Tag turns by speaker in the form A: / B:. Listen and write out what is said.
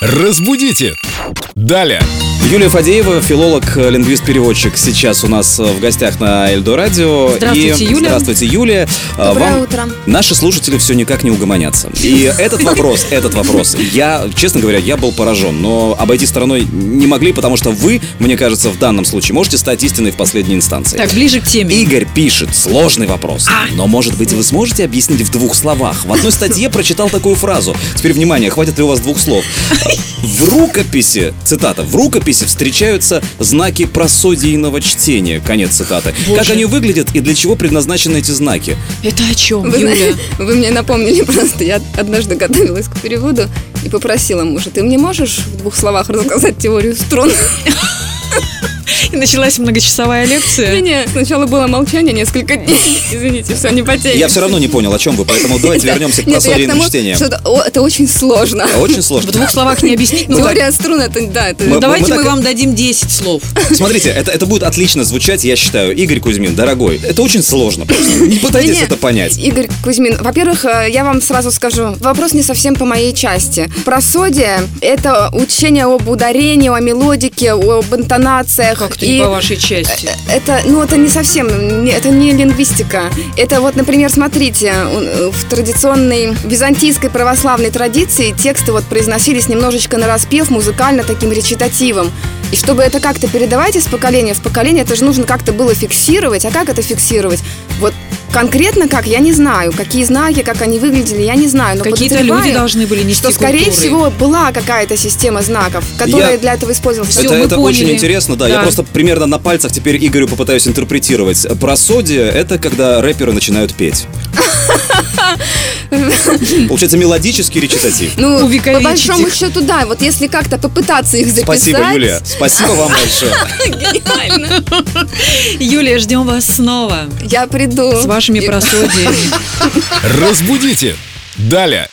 A: Разбудите! Далее!
B: Юлия Фадеева, филолог, э, лингвист-переводчик, сейчас у нас э, в гостях на Эльдо Радио.
C: Здравствуйте,
B: И...
C: Юля.
B: Здравствуйте, Юлия. Э,
D: Доброе утро.
B: Наши слушатели все никак не угомонятся. И этот вопрос, этот вопрос, я, честно говоря, я был поражен, но обойти стороной не могли, потому что вы, мне кажется, в данном случае можете стать истиной в последней инстанции.
C: Так, ближе к теме.
B: Игорь пишет сложный вопрос. Но, может быть, вы сможете объяснить в двух словах? В одной статье прочитал такую фразу. Теперь внимание, хватит ли у вас двух слов? В рукописи, цитата, в рукописи встречаются знаки просодийного чтения. Конец цитаты. Как
C: Боже.
B: они выглядят и для чего предназначены эти знаки?
C: Это о чем,
D: Вы,
C: Юля?
D: вы мне напомнили просто, я однажды готовилась к переводу и попросила мужа, ты мне можешь в двух словах рассказать теорию струн?
C: И началась многочасовая лекция.
D: Не-не, сначала было молчание несколько дней, Э. извините, все, не потею.
B: Я все равно не понял, о чем вы, поэтому давайте вернемся к
D: Нет, я к
B: просодийному
D: тому,
B: чтениям.
D: что это, о, это очень сложно.
B: А, Очень
C: В
B: сложно.
C: двух словах не объяснить, ну
D: Теория струн, это, да, это...
B: Мы-
C: Давайте
B: так
C: мы
B: и-
C: вам дадим 10 слов.
B: Смотрите, это, это будет отлично звучать, я считаю. Игорь Кузьмин, дорогой, это очень сложно. просто. Не пытайтесь
D: Не-не.
B: это понять.
D: Игорь Кузьмин, во-первых, э, я вам сразу скажу, вопрос не совсем по моей части. Просодие – это учение об ударении, о мелодике, об интонациях.
C: Как-то
D: и
C: не по вашей части.
D: Это, ну, это не совсем, не- это не лингвистика. Это вот, например, смотрите, у- в традиционной византийской православной традиции тексты вот произносились немножечко на распев, музыкально таким речитативом. И чтобы это как-то передавать из поколения в поколение, это же нужно как-то было фиксировать. А как это фиксировать? Вот конкретно как, я не знаю. Какие знаки, как они выглядели, я не знаю. Но
C: Какие-то люди
D: ну, подозреваю,
C: должны были нести
D: что, скорее
C: культуры.
D: всего, была какая-то система знаков, которая для этого использовалась.
C: Всё,
B: это
C: мы
B: это очень
C: поняли.
B: интересно, да. Я
C: Да.
B: просто примерно на пальцах теперь Игорю попытаюсь интерпретировать. Просодия — это когда рэперы начинают петь. Получается мелодический речитатив.
D: Ну, по
C: Увековечить
D: большому
C: их.
D: счету, да. Вот если как-то попытаться их записать...
B: Спасибо, Юлия. Спасибо вам большое.
D: Гениально.
C: Юлия, ждем вас снова
D: Я приду.
C: с вашими
D: И-
C: просудиями.
A: Разбудите! Далее!